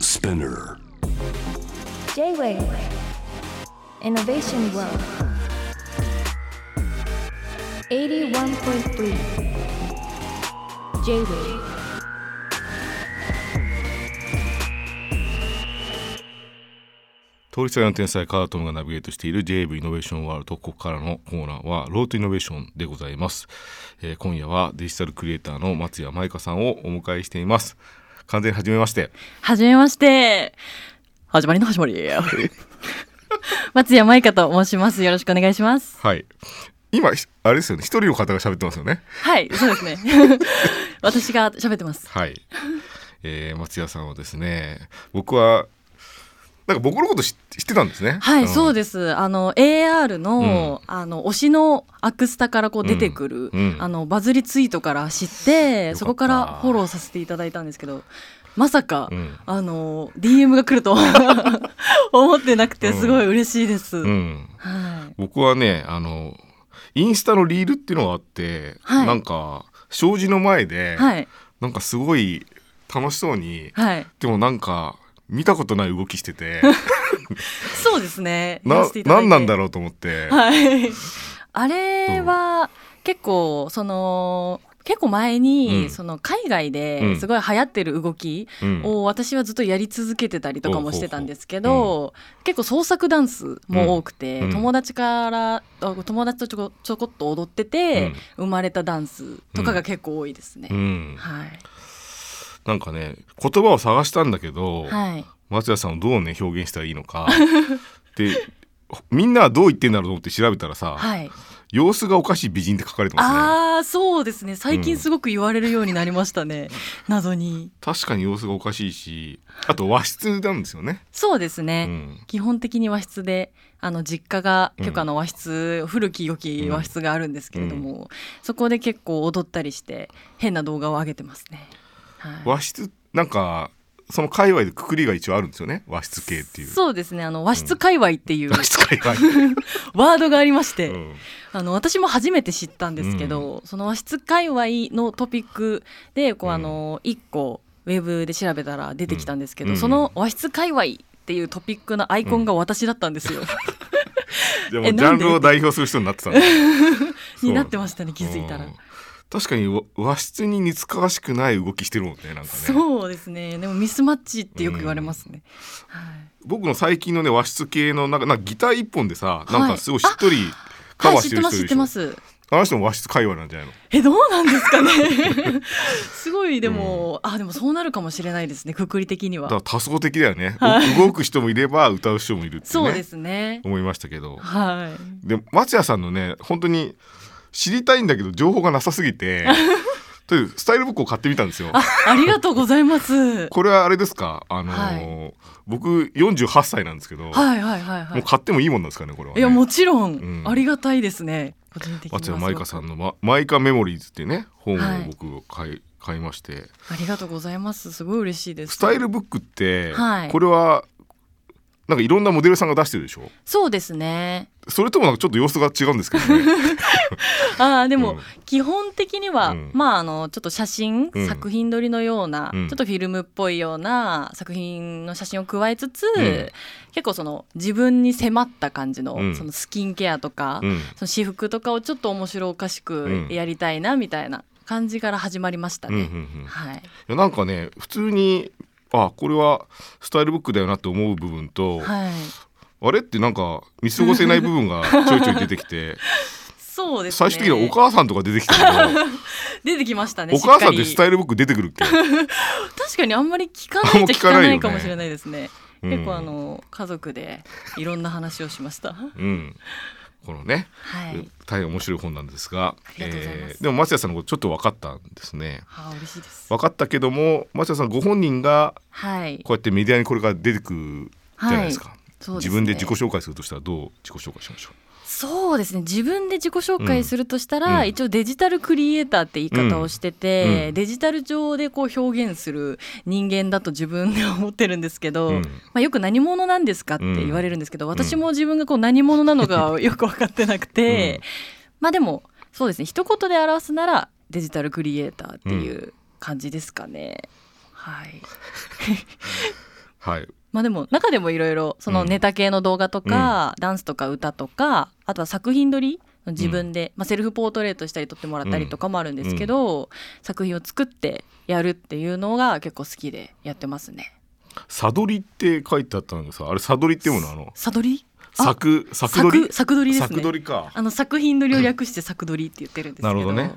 Spinner. J-Wave Innovation World 81.3 J-Wave 通りすがりの天才カートムがナビゲートしている JAV イノベーションワールドここからのコーナーはロートイノベーションでございます、えー今夜はデジタルクリエイターの松谷舞香さんをお迎えしています完全に初めましてはじめまして。始まりの始まり。松谷舞香と申します。よろしくお願いします。はい今ひあれですよね一人の方が喋ってますよねはい、そうですね。 私が喋ってます。はい、えー松谷さんはですね僕はなんか僕のこと知って知ってたんですねはい、そうでです。あの AR の、あの推しのアクスタからこう出てくる、うんあのバズりツイートから知っ、よかってたそこからフォローさせていただいたんですけど、まさか、うんあの DM が来るとは 思ってなくてすごい嬉しいです。うんはい。僕はねあのインスタのリールっていうのがあって、はいなんか障子の前で、はい。なんかすごい楽しそうにはい。でもなんか見たことない動きして てそうですね。な何なんだろろうと思って、はい。あれは結構その結構前に、うんその海外うんですごい流行ってる動きうんを私はずっとやり続けてたりとかもしてたんですほけうど、結構創作ダンスも多くて、うん友達からあ友達とちょこちょこっと踊ってて、生まれたダンスとかが結構多いですね。うんはい。なんかね言葉を探したんだけど、はい。松谷さんをどうね表現したらいいの かでみんなはどう言ってんだろうと思って調べたらさ、はい。様子がおかしい美人って書かれてますねああ、そうですね。最うん近すごく言われるようになりましたね。謎に。確かに様子がおかしいしあと和室なんですよね、そうですうね。ん、基本的に和室であの実家がうん許可の和室、古き良き和室があるんですけれども、そこで結構踊ったりして変な動画を上げてますね。はい、和室なんかその界隈でくくりが一応あるんですよね和室系っていうそうですねあの和室界隈っていう和室界 隈、ワードがありまして、うんあの私も初めて知ったんですけど、その和室界隈のトピックでこう、うんあの1個ウェブで調べたら出てきたんですけど、うんその和室界隈っていうトピックのアイコンが私だったんですよ。でもえジなャんンでルを代表する人になってたんだ になってましたね 気づいたらうん。確かにわ和室に似つかわしくない動きしてるもんねなんかねそうですね。でもミスマッチってよく言われますね。はい僕の最近のね和室系のなんかなんかギター一本でさ、いなんかすごいしっとりカはバーい、し知っててるま人いする知でってしょ、ます。あの人も和室界隈なんじゃないのえどうなんです かね。すごいでも、あでもそうなるかもしれないですね。くくり的にだかは。ら多層的だよ ね、う動く人もいれば歌う人もいるってそうねですね。思いましたけどはい。で松谷さんのね本当に知りたいんだけど情報がなさすぎ てというスタイルブックを買ってみたんですよ。あありがとうございます。これはあれですかあのー僕48歳なんですけど、はいはいはいはもうい。買ってもいいもんなんですかねこれは、ね。いやもちろん、うんありがたいですね。個人的には松すご谷く舞香さんの、ま「マイカメモリーズ」っていうね本はいを僕買い,、買いましてありがとうございます。すごい嬉しいです。スタイルブックって、はいこれはなんかいろんなモデルさんが出してるでしょそうですね。それともなんかちょっと様子が違うんですけ どね。あーでも、うん基本的には、うんまああのちょっと写真、うん作品撮りのような、うんちょっとフィルムっぽいような作品の写真を加えつつ、ん結構その自分に迫った感じの,、うんそのスキンケアとか、うんその私服とかをちょっと面白おかしくうんやりたいなみたいな感じから始まりましたうんね。うんうんいはい、やなんかね普通にあこれはスタイルブックだよなって思う部分と、はい、あれってなんか見過ごせない部分がちょいちょい出てき て、そうですね最終的にはお母さんとか出てきた けど出てきましたねお母さんっしかてりスタイルブック出てくるっけ、確かにあんまり聞かないと聞かないかもしれないですね。うん結構あの家族でいろんな話をしました。うん、このねはい。大変面白い本なんですがりがとうございますでも松谷さんのことちょっと分かったんですねあー嬉しいです。分かったけども松谷さんご本人がはい。こうやってメディアにこれから出てくるじゃないですか、そうす自ね分で自己紹介するとしたらどう自己紹介しましょそうですね自分で自己紹介するとしたら、うん一応デジタルクリエイターって言い方をしてて、うんデジタル上でこう表現する人間だと自分では思ってるんですけど、うんまあ、よく何者なんですかって言われるんですけど、私も自分がこう何者な のかよく分かってなくて、まあでもそうですね一言で表すならデジタルクリエイターっていう感じですかね。はい、うはいまあでも中でもいろいろそのネタ系の動画とか、ダンスとか歌とかあとは作品撮り自分で、まあ、セルフポートレートしたり撮ってもらったりとかもあるんですけど、作品を作ってやるっていうのが結構好きでやってますね。サドリって書いてあったのがさあれサドリっていうのあのサドリあ作作撮り作作撮りですね作撮りかあの作品撮りを略して作撮りって言ってるんですけどなるほどね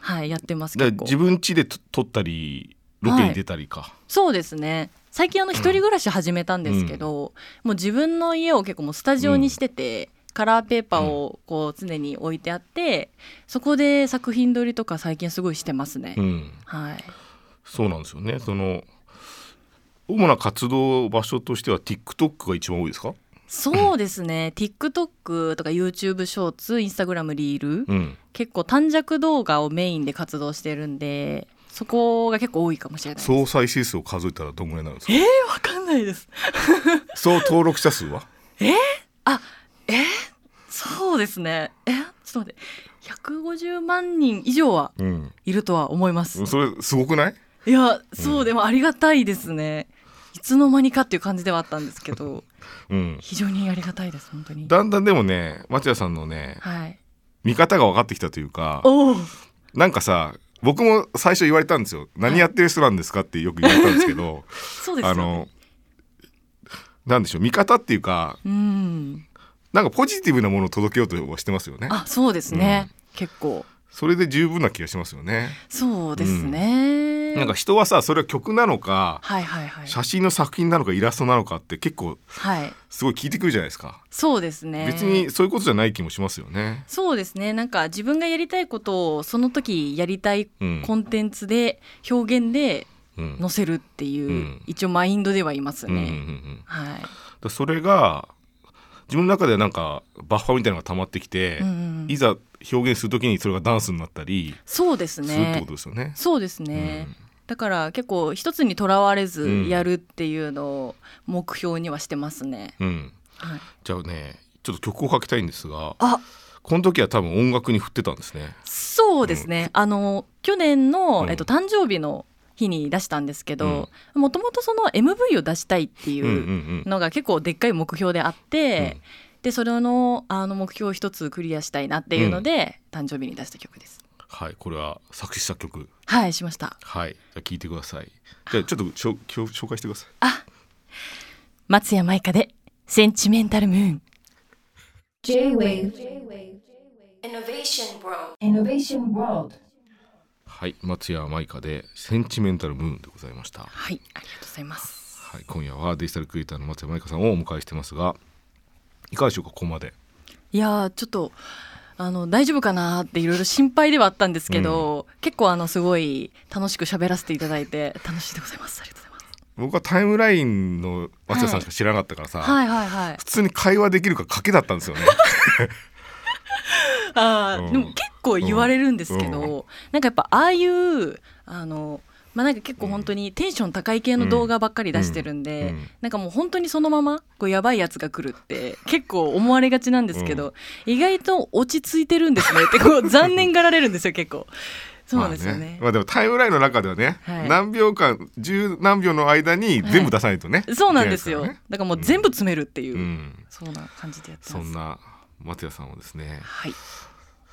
はいやってますだ結から構自分家でと撮ったりロケに出たりか、そうですね最近あの一人暮らし始めたんですけど、もう自分の家を結構もうスタジオにしてて、カラーペーパーをこう常に置いてあって、そこで作品撮りとか最近すごいしてますね、うんはいそうなんですよねその主な活動場所としては TikTok が一番多いですかそうですね TikTok とか YouTube ショーツ Instagram リール、うん結構短尺動画をメインで活動してるんでそこが結構多いかもしれない総再生数を数えたらどんぐらいになるんですかわかんないです総登録者数はそうですねえちょっと待って150万人以上はうんいるとは思いますそれすごくないいやそうでもありがたいですね、いつの間にかっていう感じではあったんですけど うん非常にありがたいです本当にだんだんでもね町屋さんのねはい見方が分かってきたというかおおなんかさ僕も最初言われたんですよ何やってる人なんですかってよく言われたんですけど そうですあよねのなんでしょう見方っていうかうんなんかポジティブなものを届けようとはしてますよねあそうですね、結構それで十分な気がしますよねそうですね、なんか人はさそれは曲なのかはいはいはい写真の作品なのかイラストなのかって結構はいすごい聞いてくるじゃないですかそうですね別にそういうことじゃない気もしますよねそうですねなんか自分がやりたいことをその時やりたいうんコンテンツで表現でうん載せるっていう、うん一応マインドではいますうんうんうね、んはい、だそれが自分の中ではなんかバッファーみたいなのが溜まってきて、うんうんいざ表現するときにそれがダンスになったりそうですするってこねとですよね。そうですね、うんだから結構一つにとらわれずうんやるっていうのを目標にはしてますね、うん、はい、じゃあねちょっと曲をかけたいんですがあこの時は多分音楽に振ってたんですね。そうですね、あの去年の、うんえっと、誕生日の日に出したんですけどもともとその MV を出したいっていうんうんうのが結構でっかい目標であって、でそれのあの目標を一つクリアしたいなっていうので、誕生日に出した曲です。はいこれは作詞作曲はいしました。はいじゃあ聴いてください。じゃあちょっとしょきょ紹介してください。松谷舞香でセンチメンタルムーン。 J-Wave Innovation World. Innovation World. はい松屋舞香でセンチメンタルムーンでございました。はいありがとうございます。はい今夜はデジタルクリエイターの松屋舞香さんをお迎えしてますがいかがでしょうかここまで。いやーちょっとあの大丈夫かなーっていろいろ心配ではあったんですけど、結構あのすごい楽しく喋らせていただい て楽しいでございます。ありがとうございます。僕はタイムラインの松屋さんしか知らなかったからさ、はいはいはい普。通に会話できるか賭けだったんですよね。あうーんでも結構言われるんですけど、うんうなんかやっぱああいうあのまあなんか結構本当にテンション高い系の動画ばっかり出してるんで、うんうんなんかもう本当にそのままこうやばいやつが来る って結構思われがちなんですけど、意外と落ち着いてるんですねってこ う残念がられるんですよ結構 そうなんですよまあね,、まあでもタイムラインの中ではね、はい何秒間十何秒の間に全部出さないとね。そうなんですいよけないかだからもう全部詰めるっていう、らねうん。そうな感じでやってそますんな松屋さんはですね、はい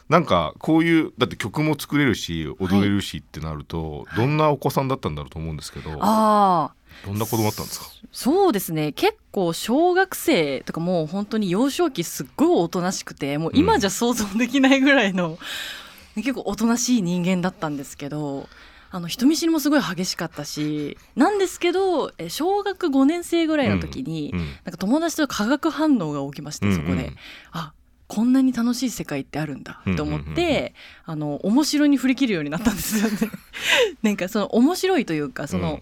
なんかこういうだって曲も作れるし踊れるしってなると、どんなお子さんだったんだろうと思うんですけど、ああどんな子供だったんですか。そうですね結構小学生とかもう本当に幼少期すっごいおとなしくてもう今じゃ想像できないぐらいの、 結構おとなしい人間だったんですけどあの人見知りもすごい激しかったしなんですけどえ小学5年生ぐらいの時に、うんなんか友達と化学反応が起きまして、そこで。あこんなに楽しい世界ってあるんだと思って、うんうんうんうあの面白に振り切るようになったんですよね。 なんかその面白いというかその、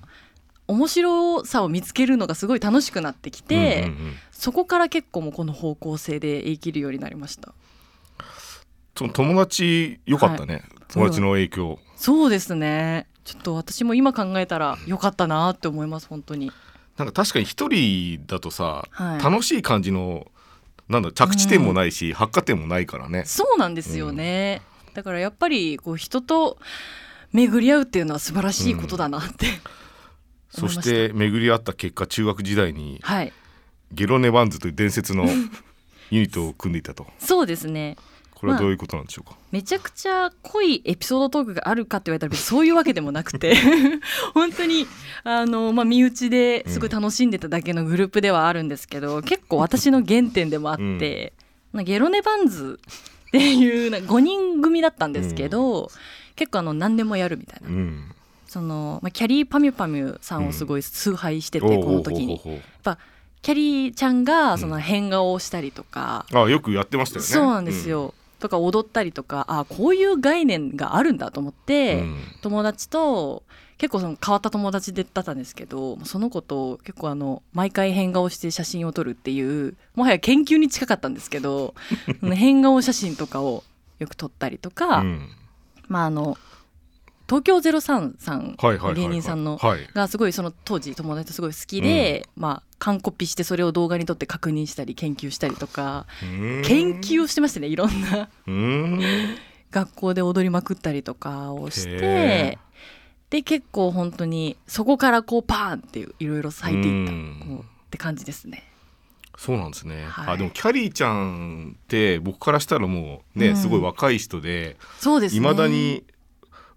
面白さを見つけるのがすごい楽しくなってきて、うんうんうんそこから結構もうこの方向性で生きるようになりましたその友達良かったね、友達の影響。そうですねちょっと私も今考えたら良かったなって思います本当になんか確かに一人だとさ、はい楽しい感じのなんだ着地点もないし、発火点もないからね。そうなんですよね、だからやっぱりこう人と巡り合うっていうのは素晴らしいことだなって、思そいましたして巡り合った結果中学時代にはいゲロネバンズという伝 説のユニットを組んでいたとそうですねこれはどういうことなんでしょうか、めちゃくちゃ濃いエピソードトークがあるかって言われたら別にそういうわけでもな くて本当にあの、まあ、身内ですごい楽しんでただけのグループではあるんです けど、結構私の原点でもあって、まあゲロネバンズっていうな5人組だったんですけど、結構あの何でもやるみたいな、うん、その、まあ、キャリーパミュパミュさんをすごい崇拝してて、おうこの時に。やっほうほうほうぱキャリーちゃんがその変顔をしたりとか、ほうあよくやってましたよねそうなんですよ、とか踊ったりとかあこういう概念があるんだと思っうん、て、うん友達と結構その変わった友達でだったんですけどその子と結構あの毎回変顔して写真を撮るっていうもはや研究に近かったんです けどその変顔写真とかをよく撮ったりとか、うんまああの東京03さんはいはいはいはい芸人さんのはいがすごいその当時友達とすごい好きで、まあ完コピしてそれを動画に撮って確認したり研究したりとか研究をしてましたねいろんな。うん学校で踊りまくったりとかをしへてで結構本当にそこからこうパーンっていういろいろ咲いていったうんこうって感じですね。そうなんですね、はいあでもキャリーちゃんって僕からしたらもうね、うんすごい若い人でそうですいねまだに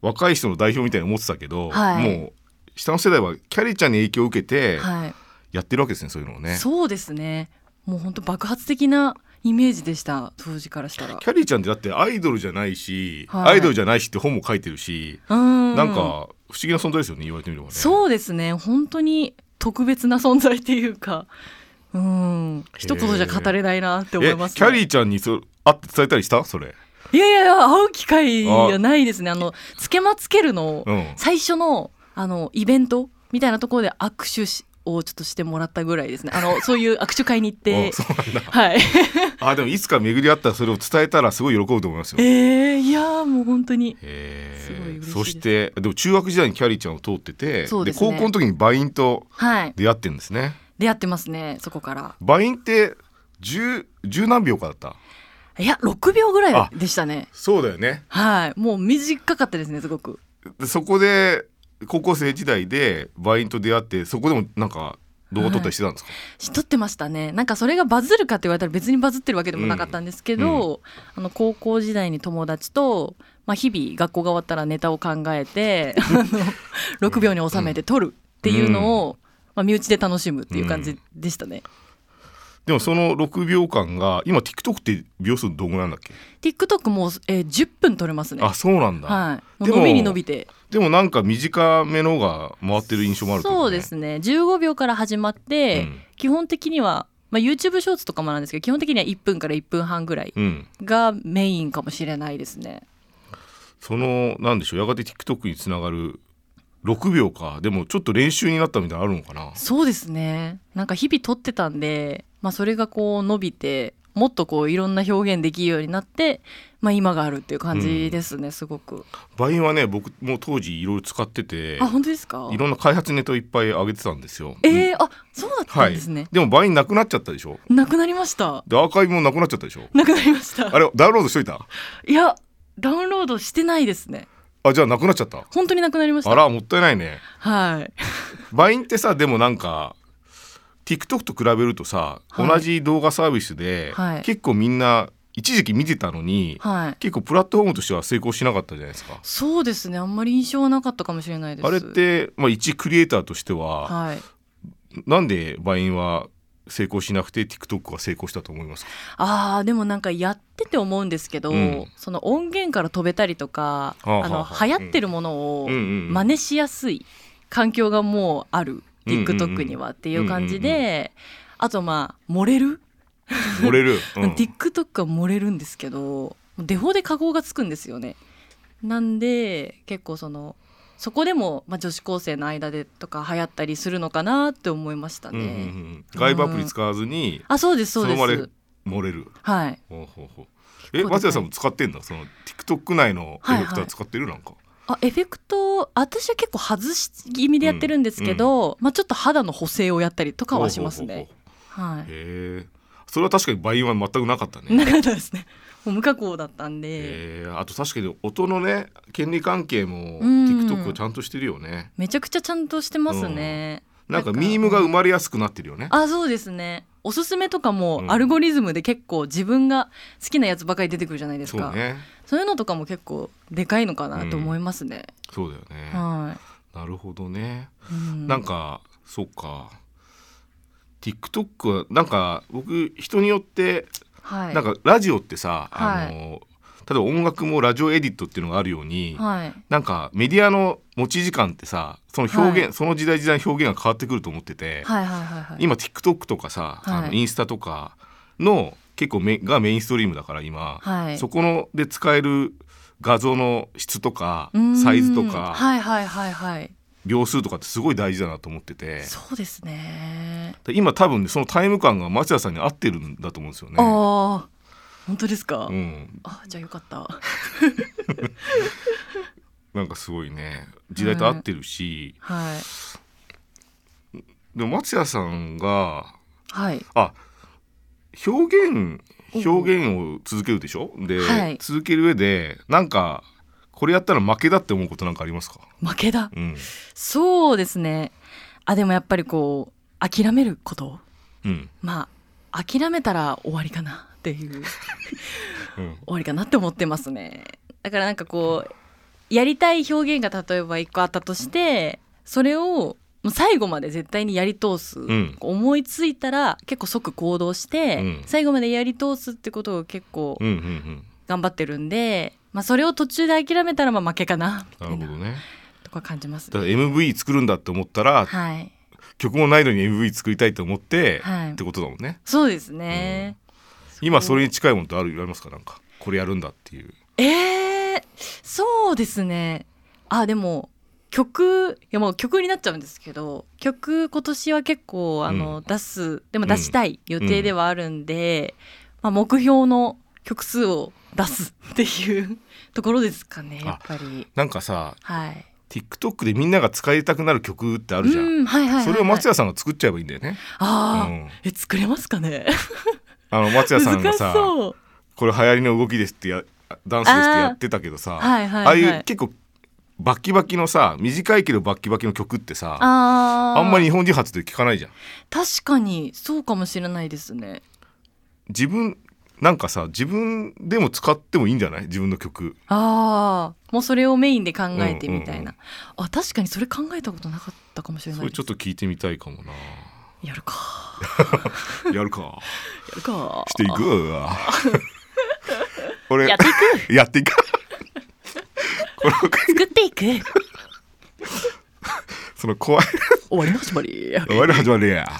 若い人の代表みたいに思ってたけど、はいもう下の世代はキャリーちゃんに影響を受けてはい、やってるわけですねそういうのをね。そうですねもう本当爆発的なイメージでした当時からしたら。キャリーちゃんってだってアイドルじゃないし、はいアイドルじゃないしって本も書いてるし、うんなんか不思議な存在ですよね言われてみればね。そうですね本当に特別な存在っていうかうん一言じゃ語れないなって思いえます、キャリーちゃんにそ会って伝えたりしたそれ。いやいやいや会う機会がないですねあのつけまつけるのをうん、最初のあのイベントみたいなところで握手しをちょっとしてもらったぐらいですねあのそういう握手会に 行っあてそうなんだはい あでもいつか巡り合ったらそれを伝えたらすごい喜ぶと思いますよ。えー、いやーもう本当にへーすごい嬉しいですそしてでも中学時代にキャリーちゃんを通っててそうですね高校の時にバインとはい出会ってるんですね出会ってますねそこからバインって十十何秒かだったいや6秒ぐらいでしたねそうだよねはいもう短かったですねすごくでそこで高校生時代でバインと出会ってそこでもなんか動画撮ったりしてたんですか、しとってましたねなんかそれがバズるかって言われたら別にバズってるわけでもなかったんですけど、あの高校時代に友達と、まあ、日々学校が終わったらネタを考 えてあの6秒に収めて撮るっていうのを、まあ、身内で楽しむっていう感じでしたね。でもその6秒間が今 TikTok って秒数どんぐらいなんだっけ、 TikTok も、えー10分撮れますね。あそうなんだ、はい、でもうも伸びに伸びてでもなんか短めのが回ってる印象もあるけどねそうですね15秒から始まって、うん基本的には、まあ、YouTube ショーツとかもなんですけど基本的には1分から1分半ぐらいうんがメインかもしれないですね。そのなんでしょうやがて TikTok につながる6秒かでもちょっと練習になったみたいなのあるのかなそうですねなんか日々撮ってたんで、まあ、それがこう伸びてもっとこういろんな表現できるようになって、まあ、今があるっていう感じですね、すごくバインはね僕も当時いろいろ使っててあ本当ですかいろんな開発ネタをいっぱい上げてたんですよ、うんえー、あそうだったはんいですね、でもバインなくなっちゃったでしょなくなりましたでアーカイブもなくなっちゃったでしょなくなりましたあれダウンロードしといたいやダウンロードしてないですねあじゃあなくなっちゃった本当になくなりましたあらもったいないねはいバインってさでもなんか TikTok と比べるとさ、はい同じ動画サービスで、はい結構みんな一時期見てたのに、はい結構プラットフォームとしては成功しなかったじゃないですかそうですねあんまり印象はなかったかもしれないですあれって、まあ、一クリエイターとしては、はいなんでバインは成功しなくて TikTok は成功したと思いますかあーでもなんかやってて思うんですけど、うんその音源から飛べたりとか、はあはああのはあ流行ってるものをうんうんうん真似しやすい環境がもうある、うんうんうん TikTok にはっていう感じで、あとまあ漏れる、漏れ る、うん TikTok は漏れるんですけどデフォで加工がつくんですよね。なんで結構そのそこでも、まあ、女子高生の間でとか流行ったりするのかなって思いましたうんね。うんうん、外部アプリ使わずにあそうですそうでその場すで。漏れるはいほうほうほうえ結構でかい松谷さんも使ってんだその TikTok 内のエフェクはいターはい使ってる、なんかあエフェクト私は結構外し気味でやってるんですけど、まあ、ちょっと肌の補正をやったりとかはしますね。ほうほうほうほうはいへえそれは確かにバインは全くなかったねなかったですね。もう無加工だったんで、えーあと確かに音のね権利関係もうん TikTok ちゃんとしてるよねめちゃくちゃちゃんとしてますね。なんかミームが生まれやすくなってるよねあそうですねおすすめとかうもんアルゴリズムで結構自分が好きなやつばかり出てくるじゃないですそうかそう,、ねいうのとかも結構でかいのかなと思いますね、そうだよね、はなるほどねい、うんなんかそうか TikTok はなんか僕人によってはいなんかラジオってさ、はいあの例えば音楽もラジオエディットっていうのがあるように、はいなんかメディアの持ち時間ってさその表現、はいその時代時代の表現が変わってくると思ってて、はいはいはいはい今 TikTok とかさ、あはのいインスタとかの結構メがメインストリームだから今、はいそこので使える画像の質とかうんサイズとか、はいはいはいはい秒数とかってすごい大事だなと思っててそうですねで今多分ねそのタイム感が松田さんに合ってるんだと思うんですよね。ああ本当ですか、うん、あじゃあよかったなんかすごいね時代と合ってるし、はいでも松屋さんが はいあ表現おう表現を続けるでしょで、はい続ける上でなんかこれやったら負けだって思うことなんかありますか、負けだうんそうですねあでもやっぱりこう諦めることうんまあ諦めたら終わりかなっていう終 うんわりかなって思ってますねだからなんかこうやりたい表現が例えば一個あったとしてそれをもう最後まで絶対にやり通す、ん思いついたら結構即行動して、うん最後までやり通すってことを結構うんうんうん頑張ってるんで、まあ、それを途中で諦めたらまあ負けかなみたないるなほどねとか感じますだから MV 作るんだって思ったら、はい曲もないのに MV 作りたいと思って、はいってことだもんねそうですね、今それに近いものってあるありますかなんかこれやるんだっていうえー、そうですねあでも曲いやもう曲になっちゃうんですけど曲今年は結構あの、うん出すでうもん出したい予定ではあるんで、まあ、目標の曲数を出すっていうところですかねやっぱりなんかさはい TikTok でみんなが使いたくなる曲ってあるじゃん、うんはいはいはいはいそれを松屋さんが作っちゃえばいいんだよね、あー、うんえ作れますかねあの松屋さんが難しさそうこれ流行りの動きですってやダンスですってやってたけどさあ,、はいはいはいあいう結構バッキバキのさ短いけどバッキバキの曲ってさああーんまり日本人初で聴かないじゃん確かにそうかもしれないですね自分なんかさ自分でも使ってもいいんじゃない自分の曲ああもうそれをメインで考えてみたいな、うんうんあ確かにそれ考えたことなかったかもしれそないれですちょっと聞いてみたいかもなやるかやるかやるかしていく わこれやっていくやっていくこの作っていく終 その怖いわりの始まり終わりの始まりや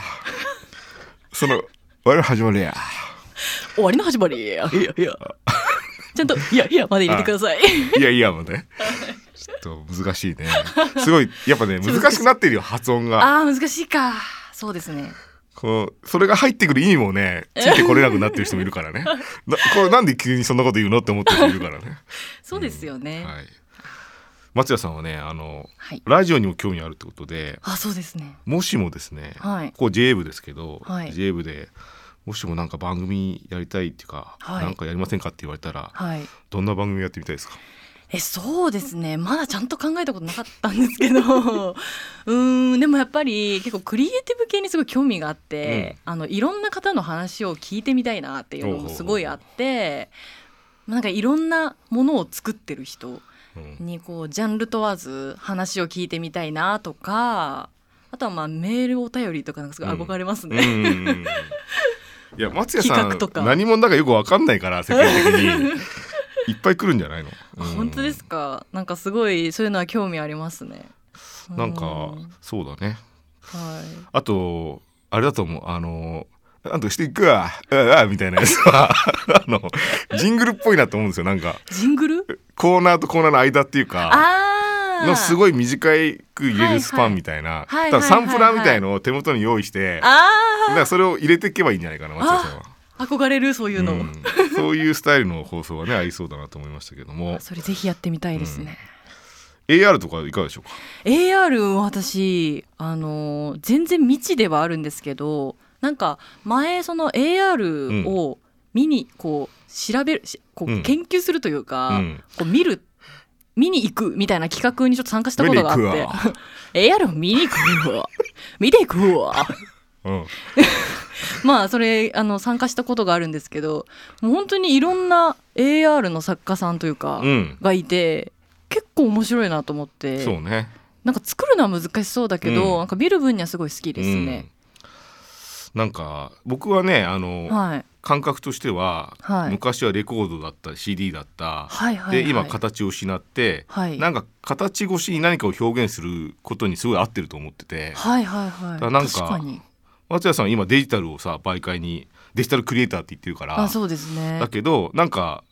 その終わりの始まりや終わりの始まりいやいや ちゃんと「いやいや」まで入れてくださいいやいやもうね。ちょっと難しいね。すごいやっぱね難しくなってるよ発音が。 ああ難しいかそうですねこうそれが入ってくる意味もねついてこれなくなってる人もいるからね。なこれなんで急にそんなこと言うのって思ってる人いるからね。そうですよね、はい。松屋さんはねあのはいラジオにも興味あるってことで、あそうですねもしもですね、はいここ J 部ですけど、はい J 部で。もしもなんか番組やりたいっていうか、はいなんかやりませんかって言われたら、はいどんな番組やってみたいですか。えそうですねまだちゃんと考えたことなかったんですけど うーんでもやっぱり結構クリエイティブ系にすごい興味があって、あのいろんな方の話を聞いてみたいなっていうのもすごいあってまあなんかいろんなものを作ってる人うんにこうジャンル問わず話を聞いてみたいなとかあとはまあメールお便りとかなんかすごい憧れますね。うんうんうんい や松屋さん企画とか何者だかよくわかんないから世間的 にいっぱい来るんじゃないの、うん本当ですかなんかすごいそういうのは興味ありますね。なんか、うそうだねはいあとあれだと思うあのなんとかしていくわうわうわみたいなやつは あのジングルっぽいなと思うんですよなんかジングルコーナーとコーナーの間っていうかあーのすごい短く入れるスパンみたいな、はいはい多分サンプラーはいはいはいみたいのを手元に用意して、だかあらそれを入れていけばいいんじゃないかな松屋さんは。あ憧れるそういうの、うんそういうスタイルの放送はね合いそうだなと思いましたけどもそれぜひやってみたいですね、 AR とかいかがでしょうか AR は私あのー全然未知ではあるんですけどなんか前その AR を見にこう調べるしこうんう研究するというか、うんこう見る見に行くみたいな企画にちょっと参加したことがあっ見にて行くわ 「ええやろ見に行くわ見ていくわ」うんまあそれあの参加したことがあるんですけどもう本当にいろんな AR の作家さんというか、うんがいて結構面白いなと思ってそうねなんか作るのは難しそうだけど、うんなんか見る分にはすごい好きですね。うん、なんか僕はねあの、はい、感覚としては、はい昔はレコードだった CD だった、はいはいはいで今形を失って、はいなんか形越しに何かを表現することにすごい合ってると思っててはいはいはいだからなんか確かに松也さんは今デジタルをさ媒介にデジタルクリエイターって言ってるからあそうですねだけどなんか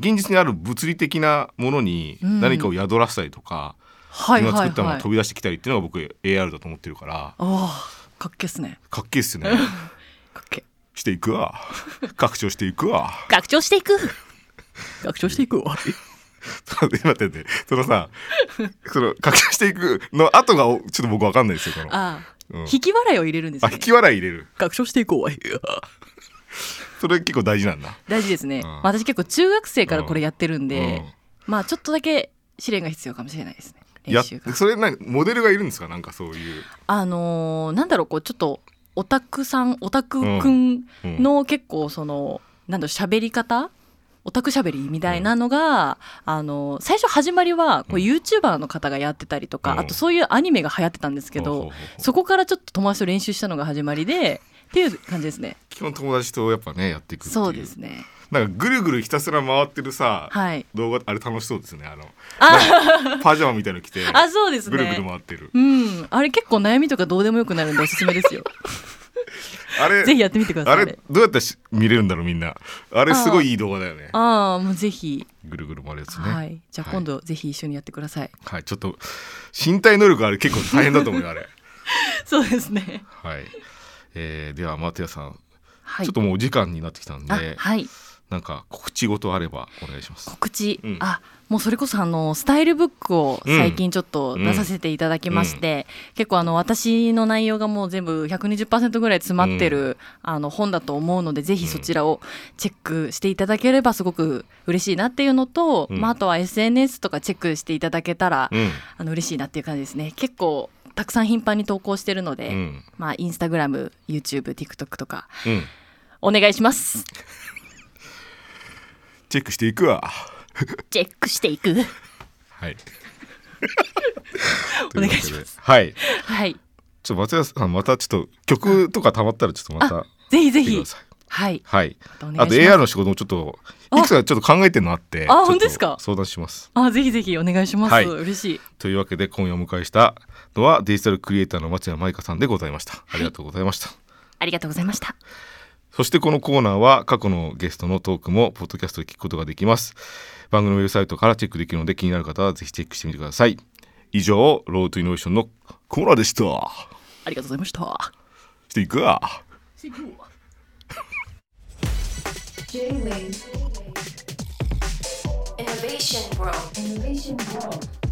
現実にある物理的なものにうん何かを宿らせたりとか、はいはい今はい作ったものが飛び出してきたりっていうのが僕 AR だと思ってるからああかっけっすねかっけえっすねかっけしていくわ拡張していくわ。拡張して いく拡張して いくわちょっと待って待ってそのさその拡散していくの後がおちょっと僕わかんないですよこのああ、うん引き笑いを入れるんですあね引き笑い入れる拡張していこうわいやそれ結構大事なんだ大事ですうね、んまあ私結構中学生からこれやってるんで、うんまあちょっとだけ試練が必要かもしれないですねや練習がそれなんかモデルがいるんですかなんかそういう、あのーなんだろうこうちょっとオタクさんオタクくんうんの結構そのなんだろう喋り方オタク喋りみたいなのが、あの最初始まりはこううん YouTuber の方がやってたりとか、うんあとそういうアニメが流行ってたんですけほうど、ほうほうそこからちょっと友達と練習したのが始まりでっていう感じですね基本友達とやっぱねやっていくっていうそうですねなんかぐるぐるひたすら回ってるさ、はい動画あれ楽しそうですねあのあパジャマみたいの着てあそうですぐるぐるね回ってるうんあれ結構悩みとかどうでもよくなるんでおすすめで すよあれぜひやってみてくださいあれどうやってし見れるんだろうみんなあれすごいいい動画だよねああもうぜひ、ぐるぐる回るやつねはいじゃあ今度ぜひ一緒にやってくださいはい、ちょっと身体能力あれ結構大変だと思うよあ れ。そうですねはい。えー、では松也さん、はいちょっともうお時間になってきたんあで、はいなんか告知事あればお願いします。告知、うんあもうそれこそあのスタイルブックを最近ちょっと出させていただきまして、結構あの私の内容がもう全部120%ぐらい詰まってる、あの本だと思うのでぜひそちらをチェックしていただければすごく嬉しいなっていうのと、うんまあ、あとは SNS とかチェックしていただけたら、うん、あの嬉しいなっていう感じですね結構たくさん頻繁に投稿してるので、うん、まあ、インスタグラム YouTubeTikTok とかうん、お願いしますチェックしていくわ。チェックして いくはい。。お願いしますはい。はいちょっと松也さんまたちょっと曲とかたまったらちょっとまたぜひぜ来てくひださい。はいはい。お願いしあますと AR の仕事もちょっといくつかちょっと考えてるのあって、ちょあっと本当ですか相談します。あぜひぜひお願いします、はい嬉しいというわけで今夜お迎えしたのはデジタルクリエイターの松山舞香さんでございましたありがとうございました、ありがとうございましたそしてこのコーナーは過去のゲストのトークもポッドキャストで聞くことができます番組のウェブサイトからチェックできるので気になる方はぜひチェックしてみてください以上ロードトゥイノベーションのコーナーでしたありがとうございましたしていくわ J-Wave Innovation World. Innovation World.